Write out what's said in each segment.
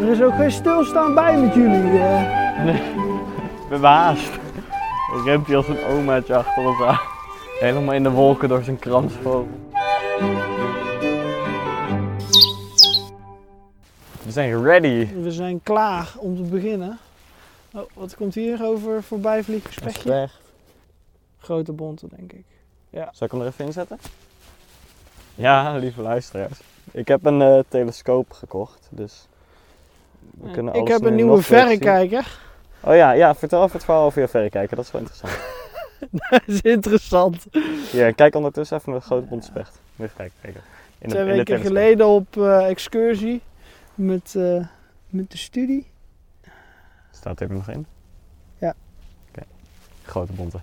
Er is ook geen stilstaan bij met jullie. eh. We hebben haast. Dan Remt hij als een omaatje achter ons aan. Helemaal in de wolken door zijn kransvogel. We zijn ready. We zijn klaar om te beginnen. Oh, wat komt hier over voorbij vliegen spekje? Weg. Grote bonten, denk ik. Zal ik hem er even inzetten? Ja, lieve luisteraars. Ik heb een eh, telescoop gekocht, dus we kunnen Eh, ik alles heb nu een nieuwe nog beter zien. verrekijker. Oh ja, ja, vertel even het verhaal over je verrekijker, dat is wel interessant. Dat is interessant. Hier, kijk ondertussen even met de grote bonte specht. Moet je kijken, kijken. In de- Twee in de weken telescoop. geleden op eh, excursie met, eh, met de studie. Staat dit er nog in? Ja. Oké, grote bonte.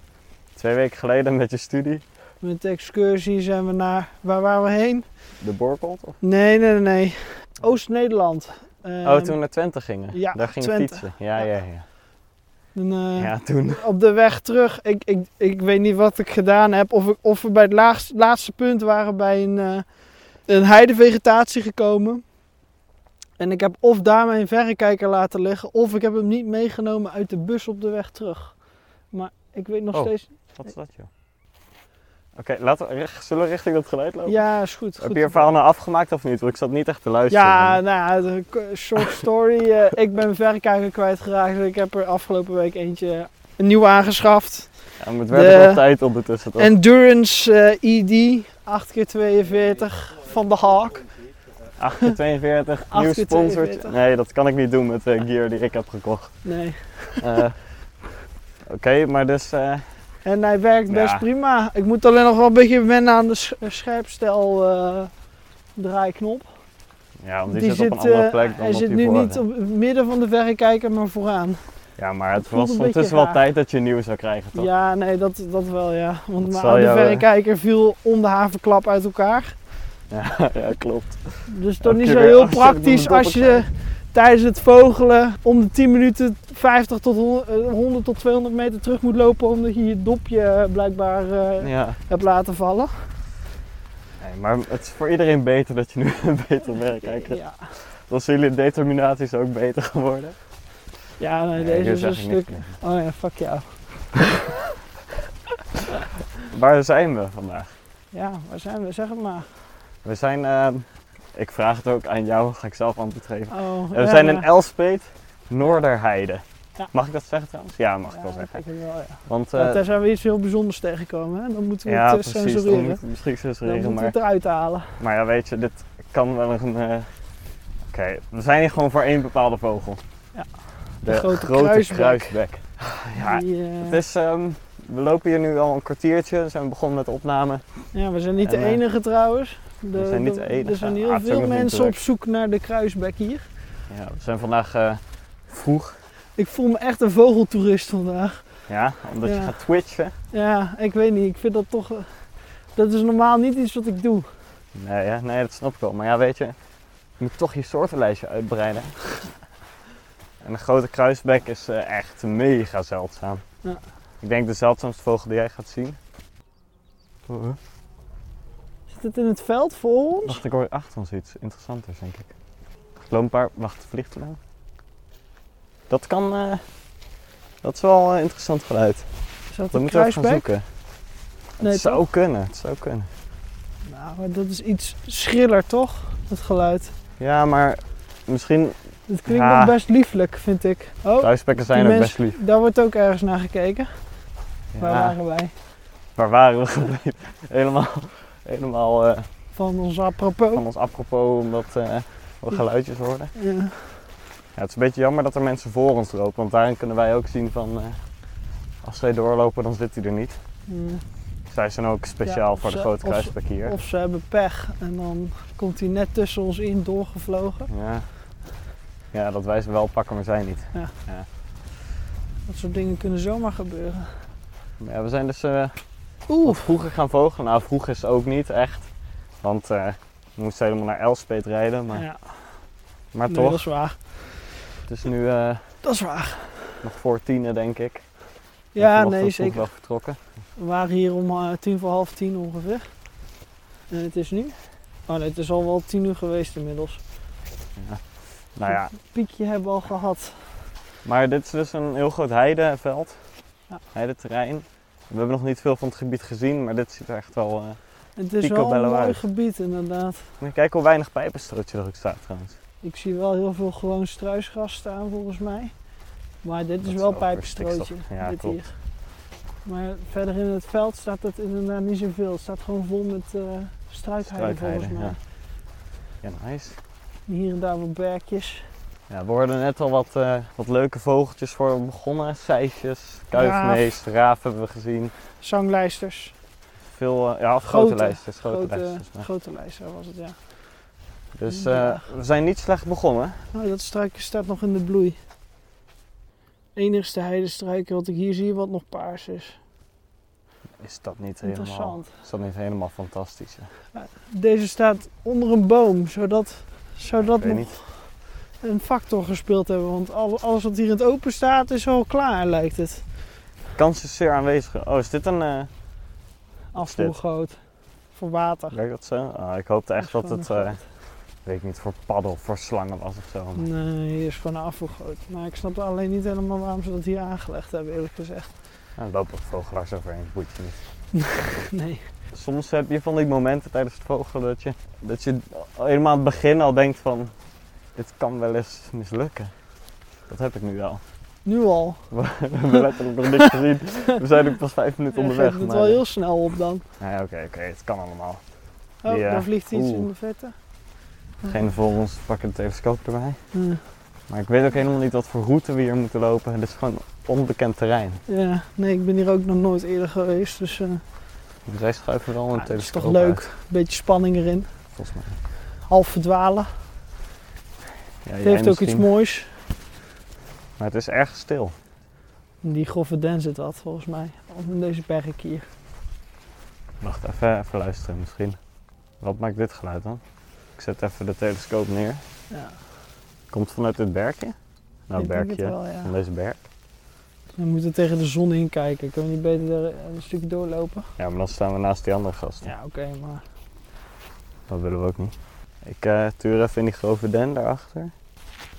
Twee weken geleden met je studie, Met de excursie zijn we naar. Waar waren we heen? de Borkel, toch? Nee, nee, nee, nee. Oost-Nederland. oh, Ehm, toen we naar Twente gingen. ja, Daar ging Twente. fietsen. Ja, ja, ja. en, eh, Ja, toen. Op de weg terug, ik, ik, ik weet niet wat ik gedaan heb. Of, ik, of we bij het laagst- laatste punt waren bij een, eh een heidevegetatie gekomen. En ik heb of daar mijn verrekijker laten liggen, of ik heb hem niet meegenomen uit de bus op de weg terug. Maar ik weet nog Oh. steeds. Wat is dat, joh? Oké, laten we, richt- zullen we richting dat geluid lopen? Ja, is goed. Oh. Heb goed. je je verhaal nou afgemaakt of niet? Want ik zat niet echt te luisteren. Ja, nou, ja, de k- short story. eh, ik ben mijn verrekijker kwijtgeraakt. Ik heb er afgelopen week eentje eh, een nieuw aangeschaft. Ja, maar het werd de- ook op tijd ondertussen. Toch? Endurance eh, ED 8x42 van de Hawk. 842, nieuw 8 keer sponsor. 42. Nee, dat kan ik niet doen met de gear die ik heb gekocht. Nee. Eh, Oké, maar dus... eh, En hij werkt best Ja. prima. Ik moet alleen nog wel een beetje wennen aan de sch- eh, scherpstel eh, draaiknop. ja, want die, zit, op een andere eh, plek dan Hij op zit die nu vorige. niet op het midden van de verrekijker, maar vooraan. Ja, maar het voelt was een beetje ondertussen wel raar. tijd dat je een nieuw zou krijgen, toch? Ja, nee, dat, dat wel ja. Want Dat mijn zal oude jou, eh, verrekijker viel om de havenklap uit elkaar. Ja, ja, klopt. Dus Elke toch niet keer zo weer heel afzetten van de praktisch als je dobbelsteen. tijdens het vogelen om de 10 minuten 50 tot 100, eh, 100 tot 200 meter terug moet lopen omdat je je dopje eh, blijkbaar eh, Ja. hebt laten vallen. Nee, maar het is voor iedereen beter dat je nu een beter verrekijker hebt. Ja, Dan zijn jullie determinaties ook beter geworden. ja nee, Nee, deze hier is een zeg ik niks stuk. meer. Oh ja, fuck jou. Waar zijn we vandaag? Ja, waar zijn we? Zeg het maar. We zijn, ehm, ik vraag het ook aan jou, ga ik zelf antwoord geven. Oh, We zijn in Elspeet, Noorderheide. Ja. Mag ik dat zeggen trouwens? Ja, mag ik wel Ja, zeggen. ik wel, ja. Want, Ja, eh, daar zijn we iets heel bijzonders tegengekomen. Hè? Dan moeten we ja, het eh, precies. Dan censureren. moet, misschien Dan censureren, moeten we maar, het eruit halen. maar ja, weet je, dit kan wel een... eh, Oké, we zijn hier gewoon voor één bepaalde vogel. Ja. De, De grote, grote kruisbek. kruisbek. Ja, Die, eh, Het is, ehm, we lopen hier nu al een kwartiertje, we zijn begonnen met de opname. ja, we zijn niet en, de eh, enige trouwens. we zijn niet de enige. Er zijn Ah, heel het is ook veel nog niet mensen druk. op zoek naar de kruisbek hier. Ja, we zijn vandaag eh, vroeg, Ik voel me echt een vogeltoerist vandaag. ja, omdat je Ja. gaat twitchen. Ja, ik weet niet. Ik vind dat toch... eh, Dat is normaal niet iets wat ik doe. Nee, hè? nee, dat snap ik wel. Maar ja, weet je, je moet toch je soortenlijstje uitbreiden. en de grote kruisbek is eh, echt mega zeldzaam. Ja. Ik denk de zeldzaamste vogel die jij gaat zien. Oh, huh? Zit het in het veld voor ons? Wacht, ik hoor achter ons iets interessanters, denk ik. Ik loop een paar... Wacht, vliegt er nou? Dat kan... eh, dat is wel een interessant geluid. Is dat Dat een moeten we even gaan kruisbek? zoeken. Nee, het zou kunnen, het zou kunnen. Nou, maar dat is iets schriller toch? Dat geluid. Ja, maar Oh, misschien... Het klinkt Ja. nog best lieflijk, vind ik. Oh, Kruisbekken zijn die ook mens- best lief. Daar wordt ook ergens naar gekeken. Waar Ja. waren wij? Waar waren we gebleven? Helemaal, helemaal Oh. eh, Van ons apropos. van ons apropos, omdat eh, we geluidjes hoorden. Ja. Ja, het is een beetje jammer dat er mensen voor ons lopen, want daarin kunnen wij ook zien van... eh, als zij doorlopen, dan zit hij er niet. Ja. Zij zijn ook speciaal of voor de ze- grote of ze- kruisbek hier. Of ze hebben pech en dan komt hij net tussen ons in doorgevlogen. Ja. ja, dat wij ze wel pakken, maar zij niet. Dat soort dingen kunnen zomaar gebeuren. Maar ja, we zijn dus eh, Oeh, wat vroeger gaan vogelen. Nou, vroeg is ook niet echt, want eh, we moesten helemaal naar Elspet rijden. Maar, ja, maar nee, toch, dat is waar. het is nu eh, Dat is waar. nog voor tienen, denk ik. En Ja, vanochtend nee, vroeg zeker. wel vertrokken. We waren hier om eh, tien voor half tien ongeveer. En het is nu? Oh nee, het is al wel tien uur geweest inmiddels. Nou ja, piekje hebben we al gehad. maar dit is dus een heel groot heideveld. Ja. Heideterrein. We hebben nog niet veel van het gebied gezien, maar dit ziet er echt wel... eh, Het is wel een Picobello mooi uit. gebied inderdaad. Maar Kijk hoe weinig pijpenstruitje er ook staat trouwens. Ik zie wel heel veel gewoon struisgras staan volgens mij. Maar dit Dat is is wel wel pijpenstrooitje. voor stikstof. Ja, dit klopt. hier. Maar verder in het veld staat het inderdaad niet zoveel. Het staat gewoon vol met eh struikheiden volgens Struikheide, mij. Ja, nice. Hier en daar wat berkjes. Ja, we hoorden net al wat, eh, wat leuke vogeltjes voor we begonnen. Sijsjes, kuifmees, raaf hebben we gezien. Zanglijsters. Veel, eh, ja, of grote, Grote, lijstjes. Grote, Grote, lijstjes. maar. grote lijster was het, ja. Dus Ja. eh, we zijn niet slecht begonnen. Nou, dat struikje staat nog in de bloei. Enigste heidestruikje wat ik hier zie wat nog paars is. Is dat niet helemaal, Interessant. is dat niet helemaal fantastisch? hè? Deze staat onder een boom, zodat, zodat Ik weet nog niet. een factor gespeeld hebben. Want al- alles wat hier in het open staat is al klaar, lijkt het. Kans is zeer aanwezig. Oh, is dit een... eh Afvoergoot voor water. werkt dat zo? Ah, ik hoopte echt dat Afvoer- het, eh, weet ik niet, voor paddel, voor slangen was of zo. maar- Nee, hier is gewoon een afvoergoot. Maar ik snap alleen niet helemaal waarom ze dat hier aangelegd hebben, eerlijk gezegd. Nou, er lopen ook vogelaars overheen, het boeit je niet. Nee. Soms heb je van die momenten tijdens het vogelen dat je, dat je helemaal aan het begin al denkt van, dit kan wel eens mislukken. Dat heb ik nu wel. Nu al. We hebben letterlijk nog niks gezien. We zijn ook pas vijf Ja, minuten onderweg. geeft het maar- wel heel snel op dan. Nee, oké, oké, het kan allemaal. Oh, Ja. daar vliegt iets Oeh. in de vette. Geen voor ons pakken de telescoop erbij. Ja. Maar ik weet ook helemaal niet wat voor route we hier moeten lopen. Het is gewoon onbekend terrein. Ja, nee, ik ben hier ook nog nooit eerder geweest, dus eh Dus wij schuiven wel een Ah, dat is telescoop toch leuk. uit, beetje spanning erin. volgens mij. Half verdwalen. Ja, Het jij heeft ook iets misschien. moois. Maar het is erg stil. Die grove den zit wat, volgens mij. Of in deze berg hier. Wacht, even, even luisteren misschien. Wat maakt dit geluid dan? Ik zet even de telescoop neer. Ja, Komt vanuit dit berkje? Nou, ik denk het berkje. wel, ja. Van deze berg. We moeten tegen de zon in kijken. Kunnen we niet beter er een stukje doorlopen? Ja, maar dan staan we naast die andere gasten. Ja, oké, maar Dat willen we ook niet. Ik eh tuur even in die grove den daarachter.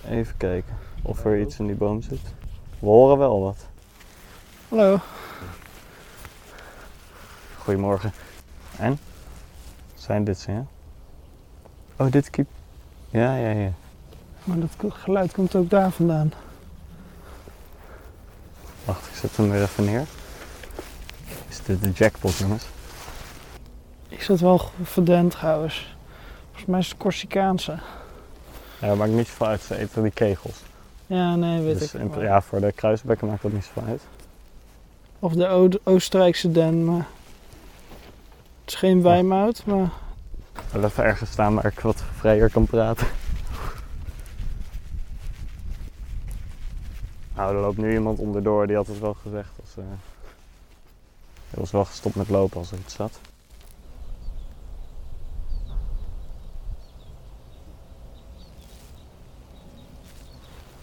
Even kijken of er iets in die boom zit. We horen wel wat. hallo. Goedemorgen. En? Zijn dit ze, ja? Oh, dit kiep. Ja, ja, ja. Maar dat ko- geluid komt ook daar vandaan. Wacht, ik zet hem weer even neer. Is dit de jackpot, jongens? Ik zit wel goed verdend trouwens. Volgens mij is het Corsicaanse. Ja, dat maakt niet zoveel uit. Ze eten die kegels. Ja, nee, weet dus in- ik. maar- ja, voor de kruisbekken maakt dat niet zoveel uit. Of de Oud- Oostenrijkse den, maar... Het is geen wijmout, maar... Wel even ergens staan waar ik wat vrijer kan praten. Nou, er loopt nu iemand onderdoor. Die had het wel gezegd. Als, eh, Hij was wel gestopt met lopen als er iets zat.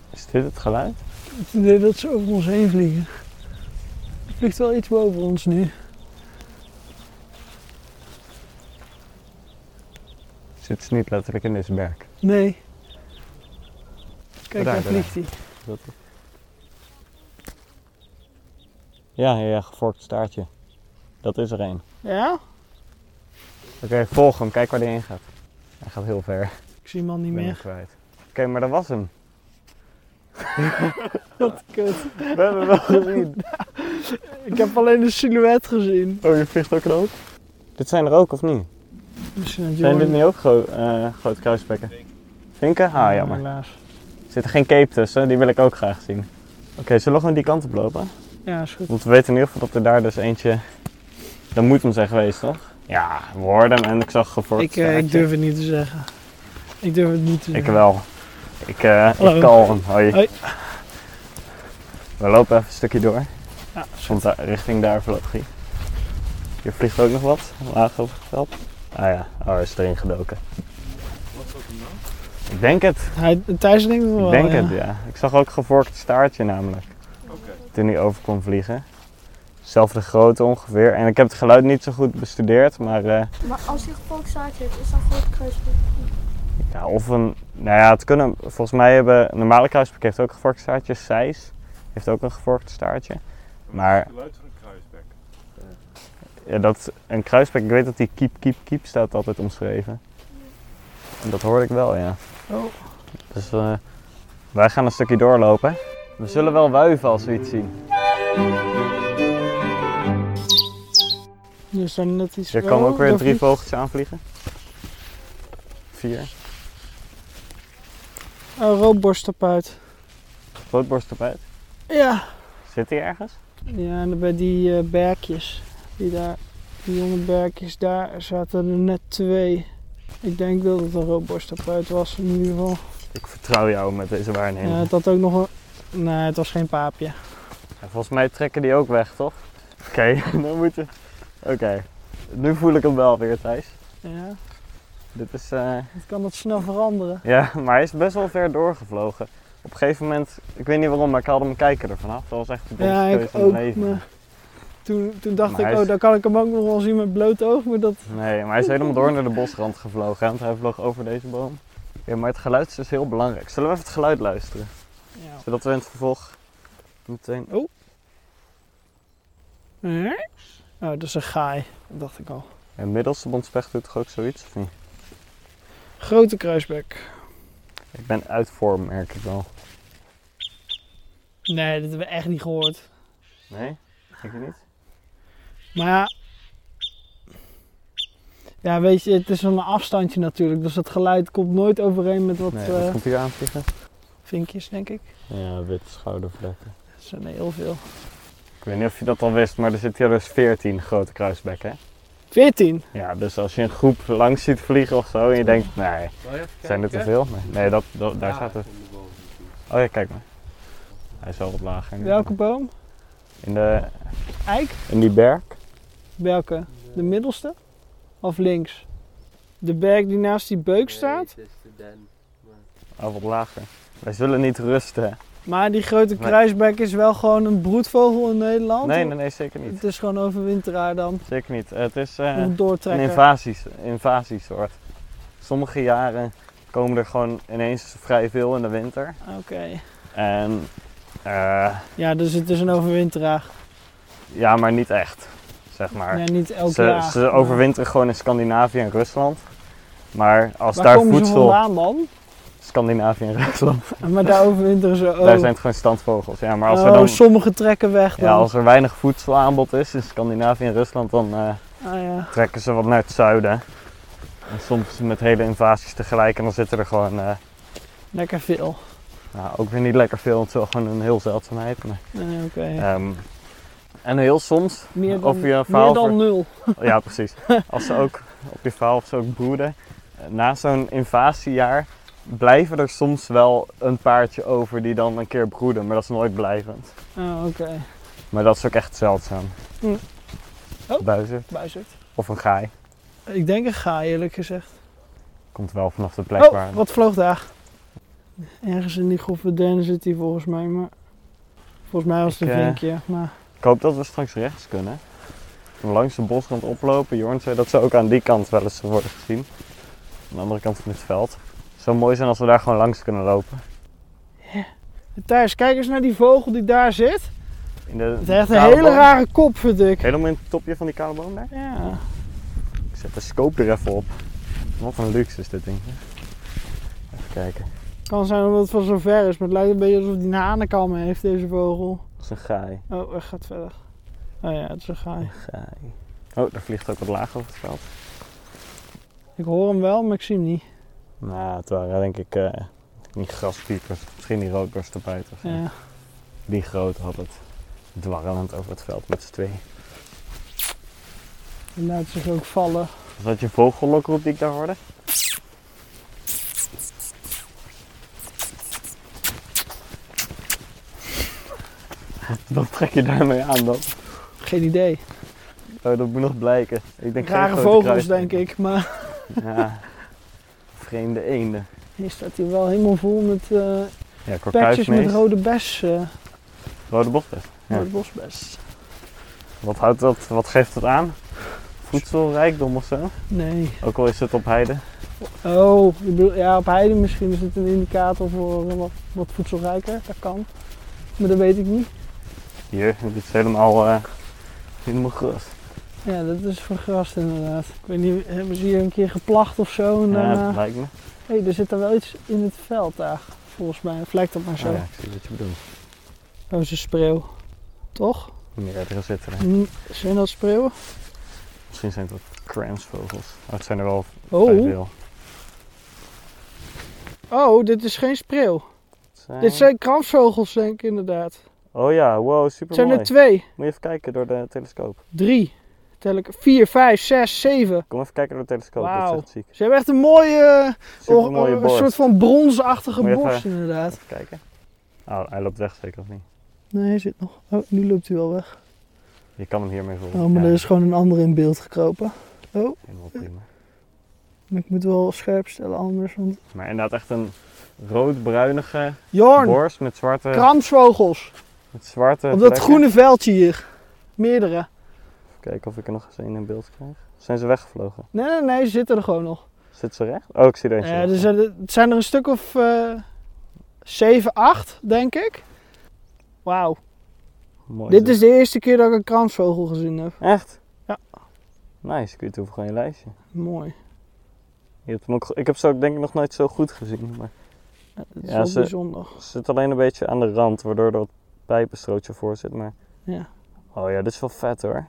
Is dit het geluid? Het idee dat ze over ons heen vliegen. Er vliegt wel iets boven ons nu. Zit ze niet letterlijk in deze berg? Nee. Kijk, Daar, daar daar. vliegt hij. Dat... Ja, ja, ja, gevorkt staartje. Dat is er één. Ja? Oké, volg hem. Kijk waar hij heen gaat. Hij gaat heel ver. Ik zie hem al niet Ik ben hem meer. kwijt. Oké, maar dat was hem. Wat kut. We hebben hem wel gezien. Ik heb alleen een silhouet gezien. Oh, je vliegt ook rood? Dit zijn er ook, of niet? Misschien had Zijn Johan- dit niet ook gro eh, grote kruisbekken? Vinken? Ah, jammer. Helaas. Er zit er geen cape tussen. Die wil ik ook graag zien. Oké, zullen we gewoon die kant op lopen? Ja, is goed. Want we weten in ieder geval dat er daar dus eentje... Dat moet hem zijn geweest, toch? Ja, we hoorden hem en ik zag gevorkt Ik, eh, ik staartje. durf het niet te zeggen. Ik durf het niet te Ik zeggen. wel. Ik, eh Hallo. ik kalm hem. Hoi. Hoi. We lopen even een stukje door. Ja, Want daar- richting daar vloog hij. Hier vliegt ook nog wat. Laag over het veld. Ah ja, oh, hij is erin gedoken. Ik denk het. Hij, Thijs denkt het wel. Ik denk ja. het, ja. Ik zag ook een gevorkt staartje namelijk. Toen hij over kon vliegen. Zelfde grootte ongeveer. En ik heb het geluid niet zo goed bestudeerd, maar... eh, Maar als hij gevolgd staat heeft, is dat voor het kruispunt. Ja, of een, nou ja, het kunnen, volgens mij hebben, een normale kruisbek heeft ook gevorkte staartjes. Sijs heeft ook een gevorkte staartje. Maar- Het geluid van een kruisbek. Ja, dat, een kruisbek, ik weet dat die kiep, kiep, kiep staat altijd omschreven. En dat hoorde ik wel, ja. Oh. Dus eh, wij gaan een stukje doorlopen. We zullen wel wuiven als we iets zien. Er zijn net iets... Er komen Oh, ook weer daar drie vliegt- vogeltjes aanvliegen. Vier. Een roodborstapuit. Roodborst op uit. Ja. Zit hij ergens? Ja, en bij die eh, berkjes. Die daar... Die jonge berkjes, daar zaten er net twee. Ik denk dat het een roodborstapuit was in ieder geval. Ik vertrouw jou met deze waarneming. Ja, het had ook nog een... Nee, het was geen paapje. En volgens mij trekken die ook weg, toch? Oké, dan moet je... Oké, nu voel ik hem wel weer, Thijs. Ja, Dit is... eh, het kan dat snel veranderen. Ja, maar hij is best wel ver doorgevlogen. Op een gegeven moment, ik weet niet waarom, maar ik haalde hem kijken ervan af. Dat was echt de domste Ja, keuze ik van mijn ook. leven. maar toen, toen dacht Maar hij ik, is- oh, dan kan ik hem ook nog wel zien met bloot oog. Maar dat... Nee, maar hij is helemaal door naar de bosrand gevlogen. hè, Want hij vloog over deze boom. Ja, maar het geluid is dus heel belangrijk. Zullen we even het geluid luisteren? Ja. Zodat we in het vervolg meteen... Oh, dat is een gaai. Dat dacht ik al. En middels de bondspecht doet toch ook zoiets, of niet? Grote kruisbek. Ik ben uit vorm, merk ik wel. Nee, dat hebben we echt niet gehoord. Nee? Ik niet? Maar ja... Ja, weet je, het is wel een afstandje natuurlijk. Dus dat geluid komt nooit overeen met wat Nee, eh, dat komt hier aanvliegen. vinkjes, denk ik. Ja, witte schoudervlekken. Dat zijn er heel veel. Ik weet niet of je dat al wist, maar er zitten hier dus 14 grote kruisbekken. hè? 14. Ja, dus als je een groep langs ziet vliegen of zo en je denkt, nee, zijn er te veel? Nee, nee dat, dat- daar staat er. Oh ja, kijk maar. Hij is wel wat lager. nu. Welke boom? In, de, Eik? in die berg. Welke? De middelste? Of links? De berg die naast die beuk staat? Oh, wat lager. Wij zullen niet rusten. Maar die grote Nee. kruisbek is wel gewoon een broedvogel in Nederland? Nee, nee, nee, zeker niet. Het is gewoon overwinteraar dan. Zeker niet. Het is eh, Een een doortrekker. invasies, invasiesoort. Sommige jaren komen er gewoon ineens vrij veel in de winter. Oké. En eh, Ja, dus het is een overwinteraar. ja, maar niet echt, zeg maar. Nee, niet elk Ze, jaar. ze overwinteren gewoon in Scandinavië en Rusland. Maar als Waar daar komen ze voedsel. vandaan dan? Scandinavië en Rusland. Maar daar overwinteren ze ook. Daar zijn het gewoon standvogels. Ja, maar als, Oh, er, dan, sommige trekken weg dan. ja, als er weinig voedselaanbod is in Scandinavië en Rusland, dan eh, Ah, ja. trekken ze wat naar het zuiden. En soms met hele invasies tegelijk. En dan zitten er gewoon eh, Lekker veel. nou, ook weer niet lekker veel. Want het is wel gewoon een heel zeldzaamheid. Maar, Nee, Oké. ehm, en heel soms, meer of dan, je meer verhaal dan nul. Ja, precies. Als ze ook op je verhaal of ze ook broeden. eh, Na zo'n invasiejaar blijven er soms wel een paardje over die dan een keer broeden. Maar dat is nooit blijvend. Oh, Oké. Maar dat is ook echt zeldzaam. Hm. Oh. Buizen Buizerd. of een gaai. Ik denk een ga, eerlijk gezegd. Komt wel vanaf de plek waar. Oh, wat vloog daar? Ergens in die groep van Dennis zit hij volgens mij, maar... Volgens mij was het Ik, een eh, vinkje, maar... Ik hoop dat we straks rechts kunnen. Langs de bosrand oplopen. Jorn zei dat ze ook aan die kant wel eens worden gezien. Aan de andere kant van het veld. Het zou mooi zijn als we daar gewoon langs kunnen lopen. Thijs, kijk eens naar die vogel die daar zit. In de, Het heeft een kale hele boom. rare kop, vind ik. Helemaal in het topje van die kale boom daar? Ja. Ik zet de scope er even op. Wat een luxe is dit ding. Even kijken. Kan zijn omdat het van zo ver is, maar het lijkt een beetje alsof hij een hanenkam heeft, deze vogel. Dat is een gaai. Oh, hij gaat verder. Oh ja, het is een gaai. gaai. Oh, daar vliegt ook wat laag over het veld. Ik hoor hem wel, maar ik zie hem niet. Nou, het waren denk ik eh niet graspiepers. Misschien die roodborst erbij. Of zo. Ja. Die groot had het. Dwarrelend over het veld met z'n twee. Hij laat zich ook vallen. Was dat je vogellokroep die ik daar hoorde? Wat trek je daarmee aan dan? Geen idee. Oh, dat moet nog blijken. Ik denk geen Rare grote vogels, kruisbekken. denk ik. Maar Ja, vreemde eenden. hier staat hij wel helemaal vol met eh Ja, patches met korkuifmees. rode bes. eh, Rode bochten. Ja. Rode bosbes. Wat, houdt dat, wat geeft dat aan? Voedselrijkdom of zo? Nee, Ook al is het op heide. Oh, je bedoelt, ja, op heide misschien is het een indicator voor eh, wat, wat voedselrijker. Dat kan. Maar dat weet ik niet. Hier, dit is helemaal, eh helemaal gras. Ja, dat is vergrast inderdaad. Ik weet niet, hebben ze hier een keer geplacht of zo? En dan, Ja, eh, dat lijkt me. hey, er zit er wel iets in het veld daar, volgens mij. Of lijkt dat maar zo. Ah, ja, ik zie wat je bedoelt. Oh, ze spreeuw. Toch? Meerdere zitten er. Hm, Zijn dat spreeuwen? Misschien zijn het wat kransvogels. Oh, het zijn er wel vrij Oh, veel. oh, dit is geen spreeuw. Het zijn- Dit zijn krampvogels, denk ik inderdaad. Oh ja, wow, Het super zijn mooi. er twee, Moet je even kijken door de telescoop. drie, tel ik, vier, vijf, zes, zeven. Kom even kijken door de telescoop, dat Wauw. is echt ziek. Ze hebben echt een mooie, eh, Super mooie een borst. soort van bronsachtige Moet je borst inderdaad. Even kijken. Oh, hij loopt weg zeker of niet? Nee, hij zit nog. Oh, nu loopt hij wel weg. Je kan hem hiermee volgen. Oh, maar Ja, er is gewoon een ander in beeld gekropen. Oh, Helemaal prima. maar ik moet wel scherp stellen anders. Want... Maar inderdaad echt een roodbruinige Jorn, borst met zwarte... krampsvogels. Met zwarte Op dat plekken. groene veldje hier. Meerdere. Even kijken of ik er nog eens een in beeld krijg. Zijn ze weggevlogen? Nee, nee, nee, ze zitten er gewoon nog. Zit ze recht? Oh, ik zie er eentje. Ja, recht. er zijn, Eh, dus er- het zijn er een stuk of eh 7, 8, denk ik. Wauw. Mooi eh, Dit zeg. is de eerste keer dat ik een kransvogel gezien heb. Echt? Ja. Nice, kun je toevoegen aan je lijstje. Mooi. Je hebt hem ook, ge- ik heb ze ook denk ik nog nooit zo goed gezien. Maar Ja, dat is Ja, wel ze- bijzonder. ze zit alleen een beetje aan de rand, waardoor er wat pijpenstrootje voor zit. Maar... Ja. Oh ja, dit is wel vet hoor.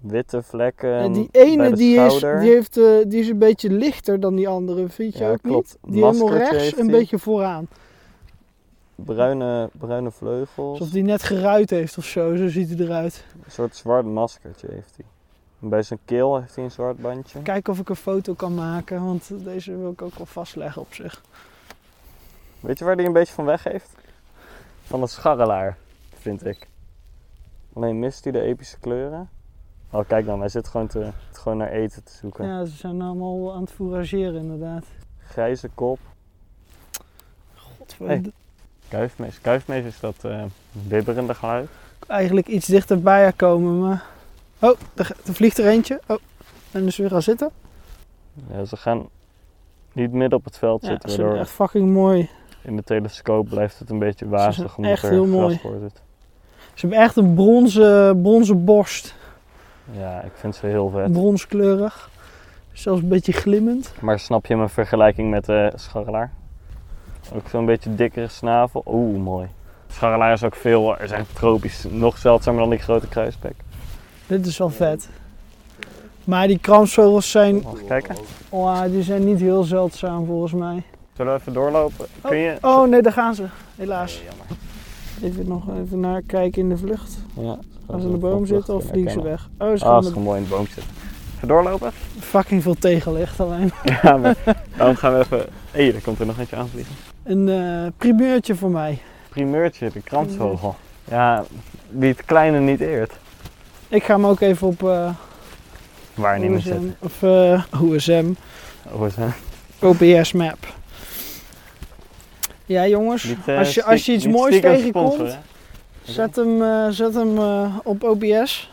Witte vlekken. Ja, Eh, die bij ene de die is, die, schouder. heeft, eh, die is een beetje lichter dan die andere, vind je Ja, ook klopt. niet? Die helemaal Maskertje rechts, heeft een die. beetje vooraan. Bruine, bruine vleugels. Alsof die net geruit heeft of zo, zo ziet hij eruit. Een soort zwart maskertje heeft hij. En bij zijn keel heeft hij een zwart bandje. Kijken of ik een foto kan maken, want deze wil ik ook wel vastleggen op zich. Weet je waar hij een beetje van weg heeft? Van een scharrelaar, vind ik. Alleen mist hij de epische kleuren. Oh, kijk dan, hij zit gewoon, te, gewoon naar eten te zoeken. Ja, ze zijn allemaal aan het fourageren inderdaad. Grijze kop. God, Hey. Kuifmees. Kuifmees is dat eh bibberende geluid. eigenlijk iets dichterbij haar komen, maar... Oh, er, ge- er vliegt er eentje. Oh, en is weer gaan zitten. Ja, ze gaan niet midden op het veld Ja, zitten, ze waardoor zijn echt fucking mooi. in de telescoop blijft het een beetje wazig zijn omdat echt er heel gras mooi. voor zit. Ze hebben echt een bronzen, bronzen borst. Ja, ik vind ze heel vet. Bronskleurig. Zelfs een beetje glimmend. Maar snap je mijn vergelijking met de scharrelaar? Ook zo'n beetje dikkere snavel. Oeh, mooi. Scharrelaar is ook veel, er zijn tropisch, nog zeldzamer dan die grote kruisbek. Dit is wel vet. Maar die krampsvogels zijn... Mag ik kijken? Oh, die zijn niet heel zeldzaam volgens mij. Zullen we even doorlopen? Kun je? Oh nee, daar gaan ze. Helaas. Nee, jammer. Even nog even naar kijken in de vlucht. Ja, Als ze in de boom zitten of vliegen ze weg. Oh, ze Ah, gaan ze er gaan mooi in de boom zitten. Even doorlopen? fucking veel tegenlicht alleen. Ja, maar daarom gaan we even... Hé, daar komt er nog eentje aanvliegen. Een eh, primeurtje voor mij. Primeurtje, de kransvogel. Ja, wie het kleine niet eert. Ik ga hem ook even op eh Waar niet meer OSM, zitten. of, eh, OSM, Hoor ze. OBS map. Ja jongens, Niet, eh, als, je, als je stiek- iets niet moois stiekem tegenkomt, sponsoren, hè? zet hem, eh, zet hem eh, op OBS.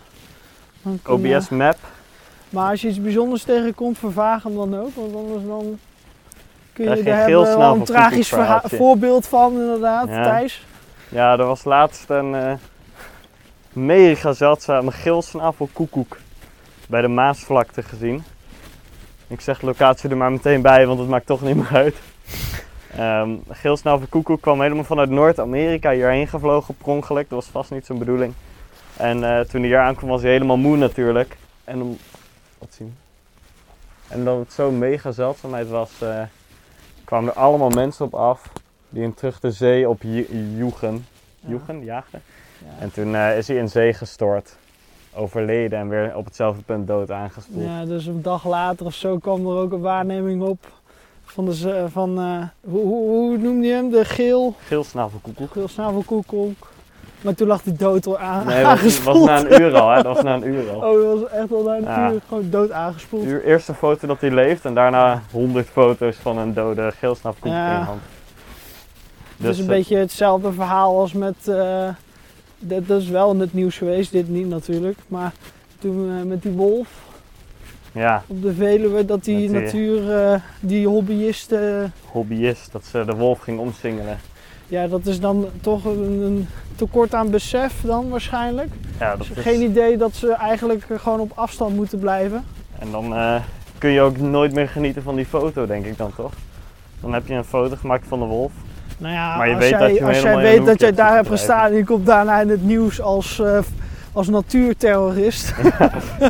Dan kun je- OBS map. maar als je iets bijzonders tegenkomt, vervaag hem dan ook, want anders dan kun je, Krijg je daar een hebben we wel een geelsnavel tragisch verha- verhaaltje. voorbeeld van inderdaad, Ja. Thijs. Ja, er was laatst een eh, mega zeldzame geelsnavelkoekoek bij de Maasvlakte gezien. Ik zeg locatie er maar meteen bij, want het maakt toch niet meer uit. Ehm geelsnavelkoekoek kwam helemaal vanuit Noord-Amerika hierheen gevlogen per ongeluk. Dat was vast niet zijn bedoeling. En eh, toen hij hier aankwam was hij helemaal moe natuurlijk. En om... Wat zien we? En omdat het zo'n mega zeldzaamheid was, eh, kwamen er allemaal mensen op af die hem terug de zee op jo- joegen. Ja. Joegen, jagen. Ja. En toen eh, is hij in zee gestort, overleden en weer op hetzelfde punt dood aangespoeld. Ja, dus een dag later of zo kwam er ook een waarneming op van de z- van eh, hoe, hoe, hoe noemde je hem? De geel, Geelsnavelkoekoek. geel snavelkoekonk. Maar toen lag hij dood al aan, Nee, dat was, was aangespoeld. na een uur al. Hè? Dat was na een uur al. Oh, dat was echt al na een Ja. uur gewoon dood aangespoeld. Uw eerste foto dat hij leeft en daarna 100 foto's van een dode geelsnavelkoek Ja. in je hand. Dus, eh, het is een beetje hetzelfde verhaal als met. eh, dat, dat is wel in het nieuws geweest, dit niet natuurlijk. Maar toen eh, met die wolf. Ja, op de Veluwe. Dat die Dat die- natuur, eh, die hobbyisten, eh, hobbyist dat ze de wolf ging omsingelen. ja, dat is dan toch een, een tekort aan besef dan waarschijnlijk. Ja, dat Dus is... geen idee dat ze eigenlijk eh, gewoon op afstand moeten blijven. En dan eh, kun je ook nooit meer genieten van die foto, denk ik dan toch? Dan heb je een foto gemaakt van de wolf. Nou ja, Maar je als weet jij, dat je hem als jij helemaal in een weet dat hoekje jij hebt daar hebt zitten gestaan en je komt daarna in het nieuws als, eh, als natuurterrorist.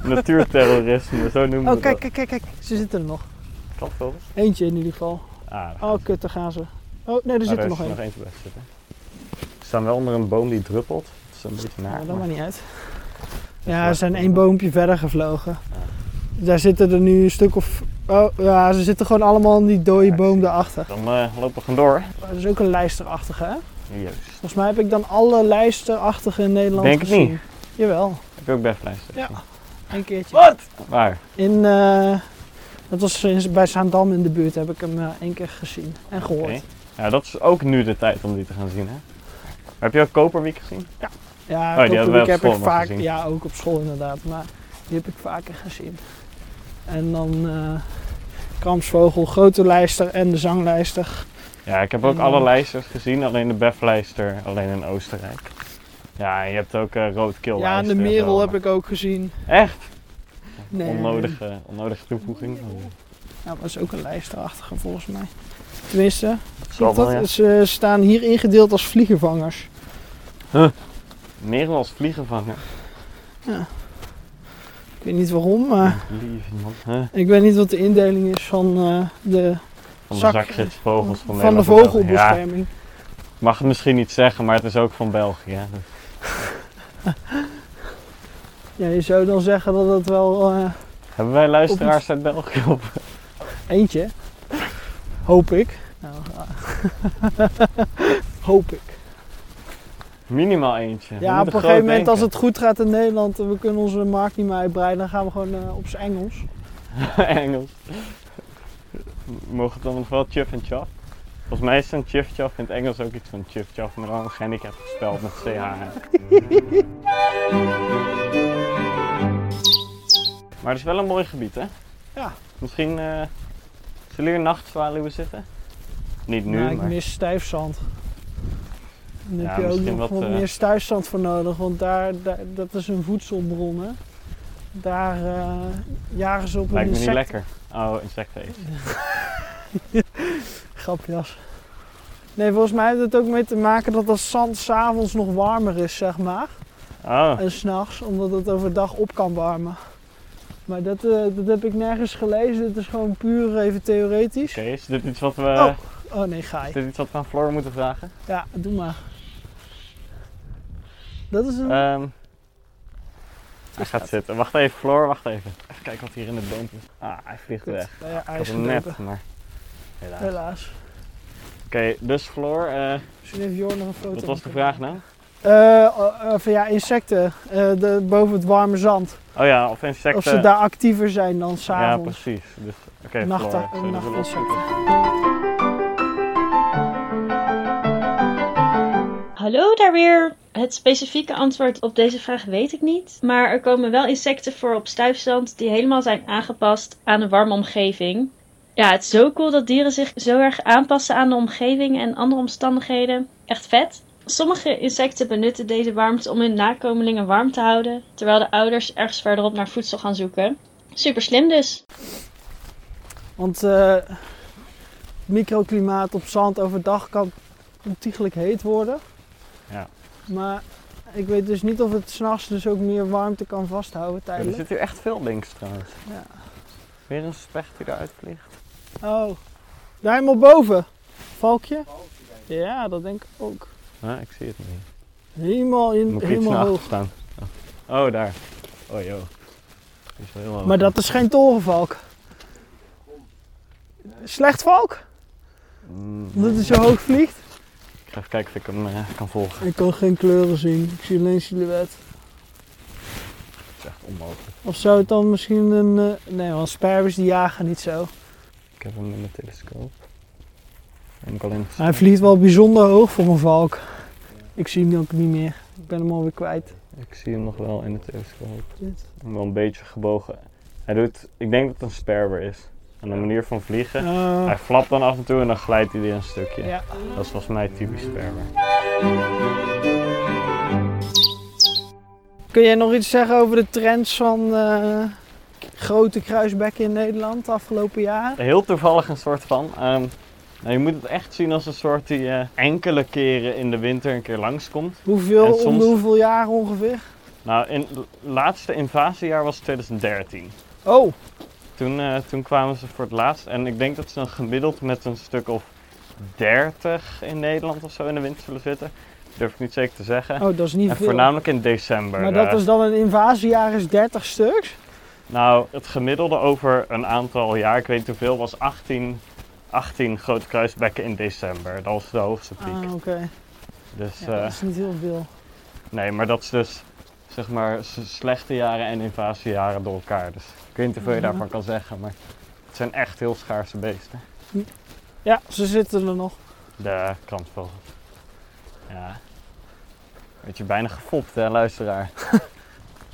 Natuurterrorisme, zo noemen we Oh, kijk, dat. kijk, kijk, kijk. Ze zitten er nog. Klopt wel. eens? Eentje in ieder geval. Ah, daar Oh, kut, daar gaan ze. Oh, nee, er zit er nog één. nog eentje bij zitten. Ze staan wel onder een boom die druppelt. Dat is een beetje naar. Nou, dat maar- maakt niet uit. waar. Ja, ze zijn één boompje verder gevlogen. Daar zitten er nu een stuk of... Oh, ja, ze zitten gewoon allemaal in die Ja, dode ik boom zie daarachter. Dan eh, lopen we gewoon door. Oh, Dat is ook een lijsterachtige, hè? Juist. Volgens mij heb ik dan alle lijsterachtige in Nederland Denk het gezien. niet. Jawel, Heb ik ook berglijsten. Ja. een keertje. Wat? Waar? In, eh, dat was in- bij Zaandam in de buurt, heb ik hem eh, één keer gezien en gehoord. Oké. Ja, dat is ook nu de tijd om die te gaan zien, hè? Maar heb je ook Koperwiek gezien? Ja, Oh, die Koperwiek hadden wij op heb school ik nog vaak, gezien. ja, ook op school inderdaad, maar die heb ik vaker gezien. En dan eh Kramsvogel, Grote Lijster en de Zanglijster. Ja, ik heb ook En, alle eh, lijsters gezien, alleen de Beflijster, alleen in Oostenrijk. Ja, en je hebt ook eh roodkeel. ja, en de Merel heb ik ook gezien. Echt? Nee. Onnodige, onnodige toevoeging. Ja, maar dat is ook een lijsterachtige volgens mij. Tenminste, Dat zal klopt wel, dat? ja. Ze staan hier ingedeeld als vliegenvangers. Merel als vliegenvanger. Ik weet niet waarom, maar Lieve man. Huh? ik weet niet wat de indeling is van eh, de, Van de Zak- zakgidsvogels van van, de Nederland en België. Ja, vogelbescherming. ik mag het misschien niet zeggen, maar het is ook van België. hè. Dus Ja, je zou dan zeggen dat dat wel eh, hebben wij luisteraars uit België op? eentje. Hoop ik. Nou, eh, hoop ik. Minimaal eentje. We Ja, moeten op een groot gegeven moment als denken. het goed gaat in Nederland en we kunnen onze markt niet meer uitbreiden, dan gaan we gewoon eh, op z'n Engels. Engels. Mogen het dan nog wel Chuff en Chaff? Volgens mij is een Chuff Chaff in het Engels ook iets van Chuff Chaff, maar dan gehandicapt gespeld met CH. maar het is wel een mooi gebied, hè? Ja. Misschien eh zullen hier nachtzwaluwen zitten? Niet nu, Nou, ik maar... mis stijfzand. Dan Ja, heb je ook misschien nog wat, wat, eh, meer stijfzand voor nodig, want daar, daar, dat is een voedselbron. Hè. Daar eh, jagen ze op Lijkt een me niet insect. lekker. Oh, insecten eten. Grapjas. Nee, volgens mij heeft het ook mee te maken dat dat zand s'avonds nog warmer is, zeg maar. Oh, En s'nachts, omdat het overdag op kan warmen. Maar dat, eh, dat heb ik nergens gelezen. Het is gewoon puur even theoretisch. oké. Is dit iets wat we... Oh. Oh nee, Is gaai. dit iets wat we aan Floor moeten vragen? Ja, doe maar. Dat is een... Ehm, hij gaat zitten. Wacht even, Floor, wacht even. Even kijken wat hier in het boompje is. Ah, hij vliegt Kut. weg. Nou ja, hij Ik is had hem gedopen. net, maar helaas. Oké, Helaas. dus Floor, eh, Misschien heeft Jorn nog een foto. wat was de moeten vraag maken. nou? Eh, eh, van ja, insecten. eh, de, boven het warme zand. Oh ja, of insecten. Of ze daar actiever zijn dan ja, s'avonds. precies. Dus, oké, Nachten- Floor, zullen we nachtinsecten. lopen? Hallo daar weer. Het specifieke antwoord op deze vraag weet ik niet. Maar er komen wel insecten voor op stuifzand die helemaal zijn aangepast aan een warme omgeving. Ja, het is zo cool dat dieren zich zo erg aanpassen aan de omgeving en andere omstandigheden. Echt vet. Sommige insecten benutten deze warmte om hun nakomelingen warm te houden, terwijl de ouders ergens verderop naar voedsel gaan zoeken. Super slim dus. Want eh, het microklimaat op zand overdag kan ontiegelijk heet worden. Ja. Maar ik weet dus niet of het s'nachts dus ook meer warmte kan vasthouden Er tijdelijk. zit hier echt veel links trouwens. Ja. Weer een specht die eruit vliegt. Oh, daar helemaal boven. Valkje? Ja, dat denk ik ook. Ah, ik zie het niet. Helemaal, in, Moet ik iets helemaal naar hoog. achter staan? Oh, Oh, daar. Oh, joh. Die is wel heel hoog. Maar dat is geen torenvalk. Slecht valk? Mm, Omdat hij zo hoog vliegt? Ik ga even kijken of ik hem eh, kan volgen. Ik kan geen kleuren zien. Ik zie alleen silhouet. Dat is echt onmogelijk. Of zou het dan misschien een... eh, nee, want sperwers die jagen niet zo. Ik heb hem in mijn telescoop. En ik alleen Hij vliegt wel bijzonder hoog voor mijn valk. Ik zie hem ook niet meer. Ik ben hem alweer kwijt. Ik zie hem nog wel in de telescoop. Wel een beetje gebogen. Hij doet, ik denk dat het een sperber is. Aan de manier van vliegen. Eh, Hij flapt dan af en toe en dan glijdt hij weer een stukje. ja. Dat is volgens mij typisch sperber. Kun jij nog iets zeggen over de trends van eh, grote kruisbekken in Nederland de afgelopen jaar? Heel toevallig een soort van. ehm, nou, je moet het echt zien als een soort die eh, enkele keren in de winter een keer langskomt. Hoeveel, En soms- om de hoeveel jaar ongeveer? Nou, in het laatste invasiejaar was 2013. Oh, Toen, eh, toen kwamen ze voor het laatst. En ik denk dat ze dan gemiddeld met een stuk of 30 in Nederland of zo in de winter zullen zitten. Durf ik niet zeker te zeggen. oh dat is niet en veel. voornamelijk in december. maar eh, dat is dan een invasiejaar is 30 stuks? Nou, het gemiddelde over een aantal jaar, ik weet niet hoeveel, was 18, 18 grote kruisbekken in december. Dat was de hoogste piek. Ah, oké. Dus Ja, eh, dat is niet heel veel. nee, maar dat is dus zeg maar s- slechte jaren en invasiejaren door elkaar. Dus ik weet niet hoeveel je Ja. daarvan kan zeggen, maar het zijn echt heel schaarse beesten. Ja, ze zitten er nog. De krantvogels. Ja. Weet je, bijna gefopt hè, luisteraar.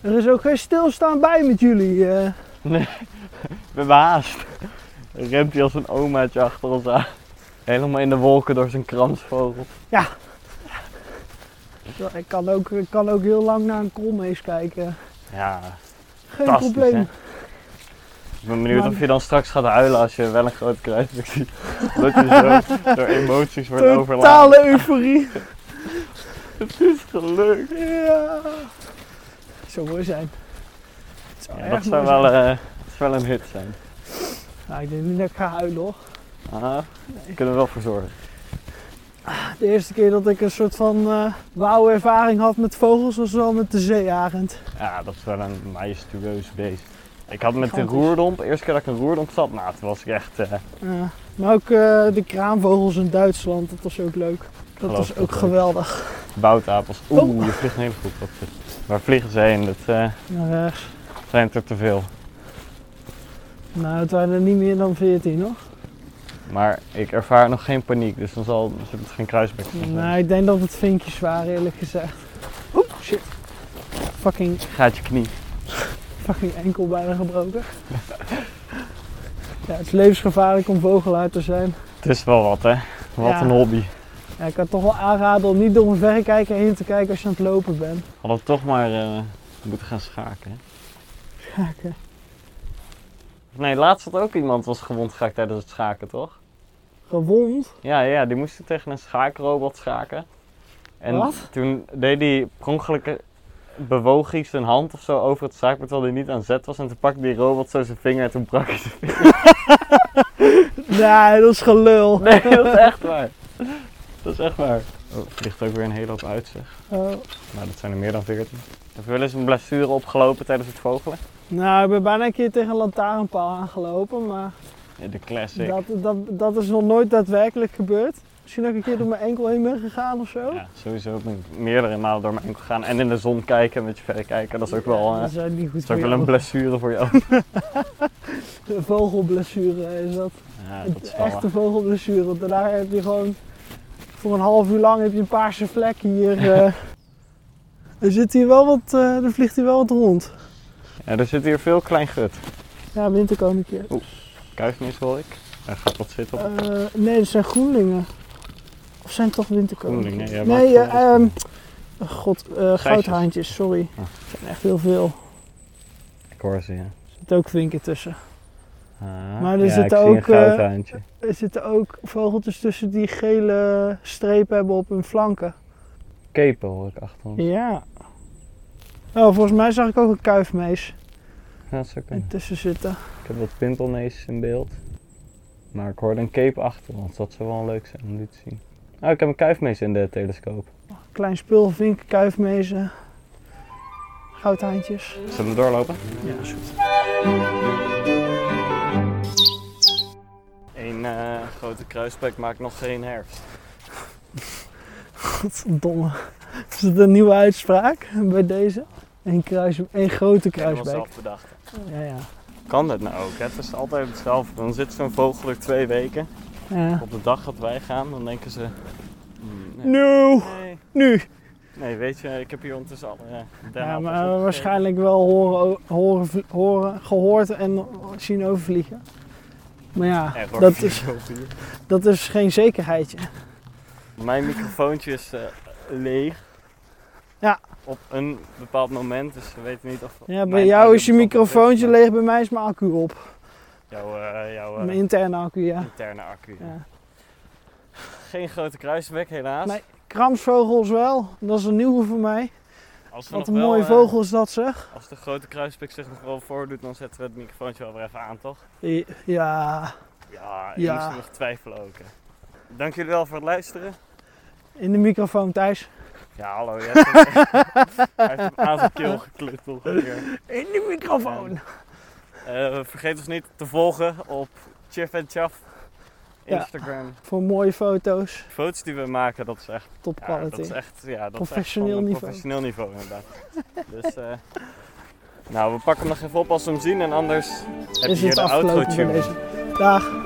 Er is ook geen stilstaan bij met jullie. eh. We hebben haast. Dan Remt hij als een omaatje achter ons aan. Helemaal in de wolken door zijn kransvogel. ik, kan ook, ik kan ook heel lang naar een koolmees kijken. Ja, Geen Fantastisch, probleem. hè? Ik ben benieuwd Maar- of je dan straks gaat huilen als je wel een groot kruisbeek ziet. Dat je zo door emoties wordt overladen. Totale euforie. Het is gelukt. ja. Het zou mooi zijn. Het zou Ja, erg dat mooi zou wel, zijn. eh, dat zou wel een hit zijn. Nou, ik denk niet dat ik ga huilen hoor. Ah, Kunnen we wel voor zorgen. De eerste keer dat ik een soort van eh wauw ervaring had met vogels was wel met de zeearend. Ja, dat is wel een majestueus beest. Ik had met de Gigantisch. roerdomp, de eerste keer dat ik een roerdomp zat, nou toen was ik echt... eh, Ja. maar ook eh, de kraanvogels in Duitsland, dat was ook leuk. Dat Geloof was ik ook ook. geweldig. Boutapels. Oeh, je vliegt een hele goed op. Waar vliegen ze heen? Dat eh, Naar rechts. zijn er te veel. Nou, het waren er niet meer dan 14 hoor. Maar ik ervaar nog geen paniek, dus dan zal zullen het geen kruisbeek zijn. Nou, ik denk dat het vinkjes waren eerlijk gezegd. Oep, shit. Fucking, Gaat je knie. fucking enkel bijna gebroken. ja, het is levensgevaarlijk om vogelaar te zijn. Het is wel wat, hè? Wat Ja. een hobby. Ja, ik kan toch wel aanraden om niet door een verrekijker heen te kijken als je aan het lopen bent. Hadden we toch maar eh, moeten gaan schaken. Hè? Schaken. Nee, laatst had ook iemand was gewond geraakt tijdens het schaken, toch? Gewond. Ja, ja, die moest tegen een schaakrobot schaken. En Wat? toen deed hij per ongeluk bewoog hij zijn hand of zo over het schaakbord terwijl hij niet aan zet was. En toen pakte die robot zo zijn vinger en toen brak hij zijn vinger. Nee, dat is gelul. Nee, dat is echt waar. Dat is echt waar. Oh, er vliegt ook weer een hele hoop uit, zeg. Oh. Nou, dat zijn er meer dan 14. Heb je wel eens een blessure opgelopen tijdens het vogelen? Nou, ik ben bijna een keer tegen een lantaarnpaal aangelopen, maar Ja, de classic. dat, dat, dat is nog nooit daadwerkelijk gebeurd. Misschien dat ik een keer door mijn enkel heen ben gegaan of zo. Ja, sowieso ben ik meerdere malen door mijn enkel gegaan. En in de zon kijken, een beetje verder kijken. Dat is ook wel, Ja, eh, dat is eigenlijk niet goed dat is voor ook wel een jou. blessure voor jou. Een vogelblessure is dat. ja, Echt dat een is wel waar. echte vogelblessure. Want daarna heb je gewoon voor een half uur lang heb je een paarse vlek hier. eh. er zit hier wel wat, eh, er vliegt hier wel wat rond. Ja, er zit hier veel klein gut. Ja, winterkoninkje. Kuifmis hoor ik. Hij gaat wat zitten op. Eh, nee, dat zijn groenlingen. Of zijn het toch winterkoninkjes? Groenlingen, ja, maar nee, het eh, zijn ehm, oh god, eh, goudhaantjes, sorry. Ah. Het zijn echt heel veel. Er Ik hoor ze, ja. zitten ook vinken tussen. Ah, Maar er ja, zitten ik zie ook, een eh, goudhaantje. Er zitten ook vogeltjes tussen die gele strepen hebben op hun flanken. Kepen hoor ik achter ons. Ja. Oh, volgens mij zag ik ook een kuifmees Dat zou kunnen. ertussen zitten. Ik heb wat pimpelmees in beeld. Maar ik hoorde een cape achter ons. Dat zou wel leuk zijn om nu te zien. Oh, ik heb een kuifmees in de telescoop. Klein spul, vinken, kuifmezen, goudhaantjes. Zullen we doorlopen? Ja, is goed. Eén eh, grote kruisbek maakt nog geen herfst. Godverdomme. Is dat een nieuwe uitspraak bij deze? Eén kruis, één grote kruisbek. bedacht. Ja, ja. Kan dat nou ook? hè? Het is altijd hetzelfde. Dan zit zo'n vogel er twee weken. ja. Op de dag dat wij gaan, dan denken ze... "Hmm, nee, Nu, nee, nu. Nee, weet je, ik heb hier ondertussen alle. Ja, Den Ja, Haag maar was eh, opgegeven. waarschijnlijk wel horen, horen, vlie- horen, gehoord en zien overvliegen. Maar ja, Error dat is, 404. dat is geen zekerheidje. Mijn microfoontje is eh, leeg. Ja. Op een bepaald moment, dus we weten niet of. Ja, bij mijn jou audio is je bestand microfoontje maar leeg, bij mij is mijn accu op. Jouw, eh, jouw eh, Mijn interne accu, ja. interne accu. ja. Geen grote kruisbek, helaas. Nee. Kramsvogels wel, dat is een nieuwe voor mij. Als we Wat een nog wel, mooie eh, vogel is dat zeg. Als de grote kruisbek zich nog wel voordoet, dan zetten we het microfoontje wel weer even aan, toch? I- Ja, Ja, Ja. je moest er nog twijfelen ook. hè. Dank jullie wel voor het luisteren. in de microfoon thuis. Ja, hallo. Jij hebt hem, hij heeft hem aan zijn keel geklut nog een keer. In de Oh, microfoon. Eh, vergeet ons niet te volgen op Chef and Chaf. Ja. Instagram. Voor mooie foto's, Foto's die we maken, dat is echt, top ja, dat quality. is echt, ja, dat Professioneel is echt van een niveau. professioneel niveau inderdaad. dus, eh, nou, we pakken hem nog even op als we hem zien en anders heb je is hier het de outro afgelopen bij tune. deze. Dag.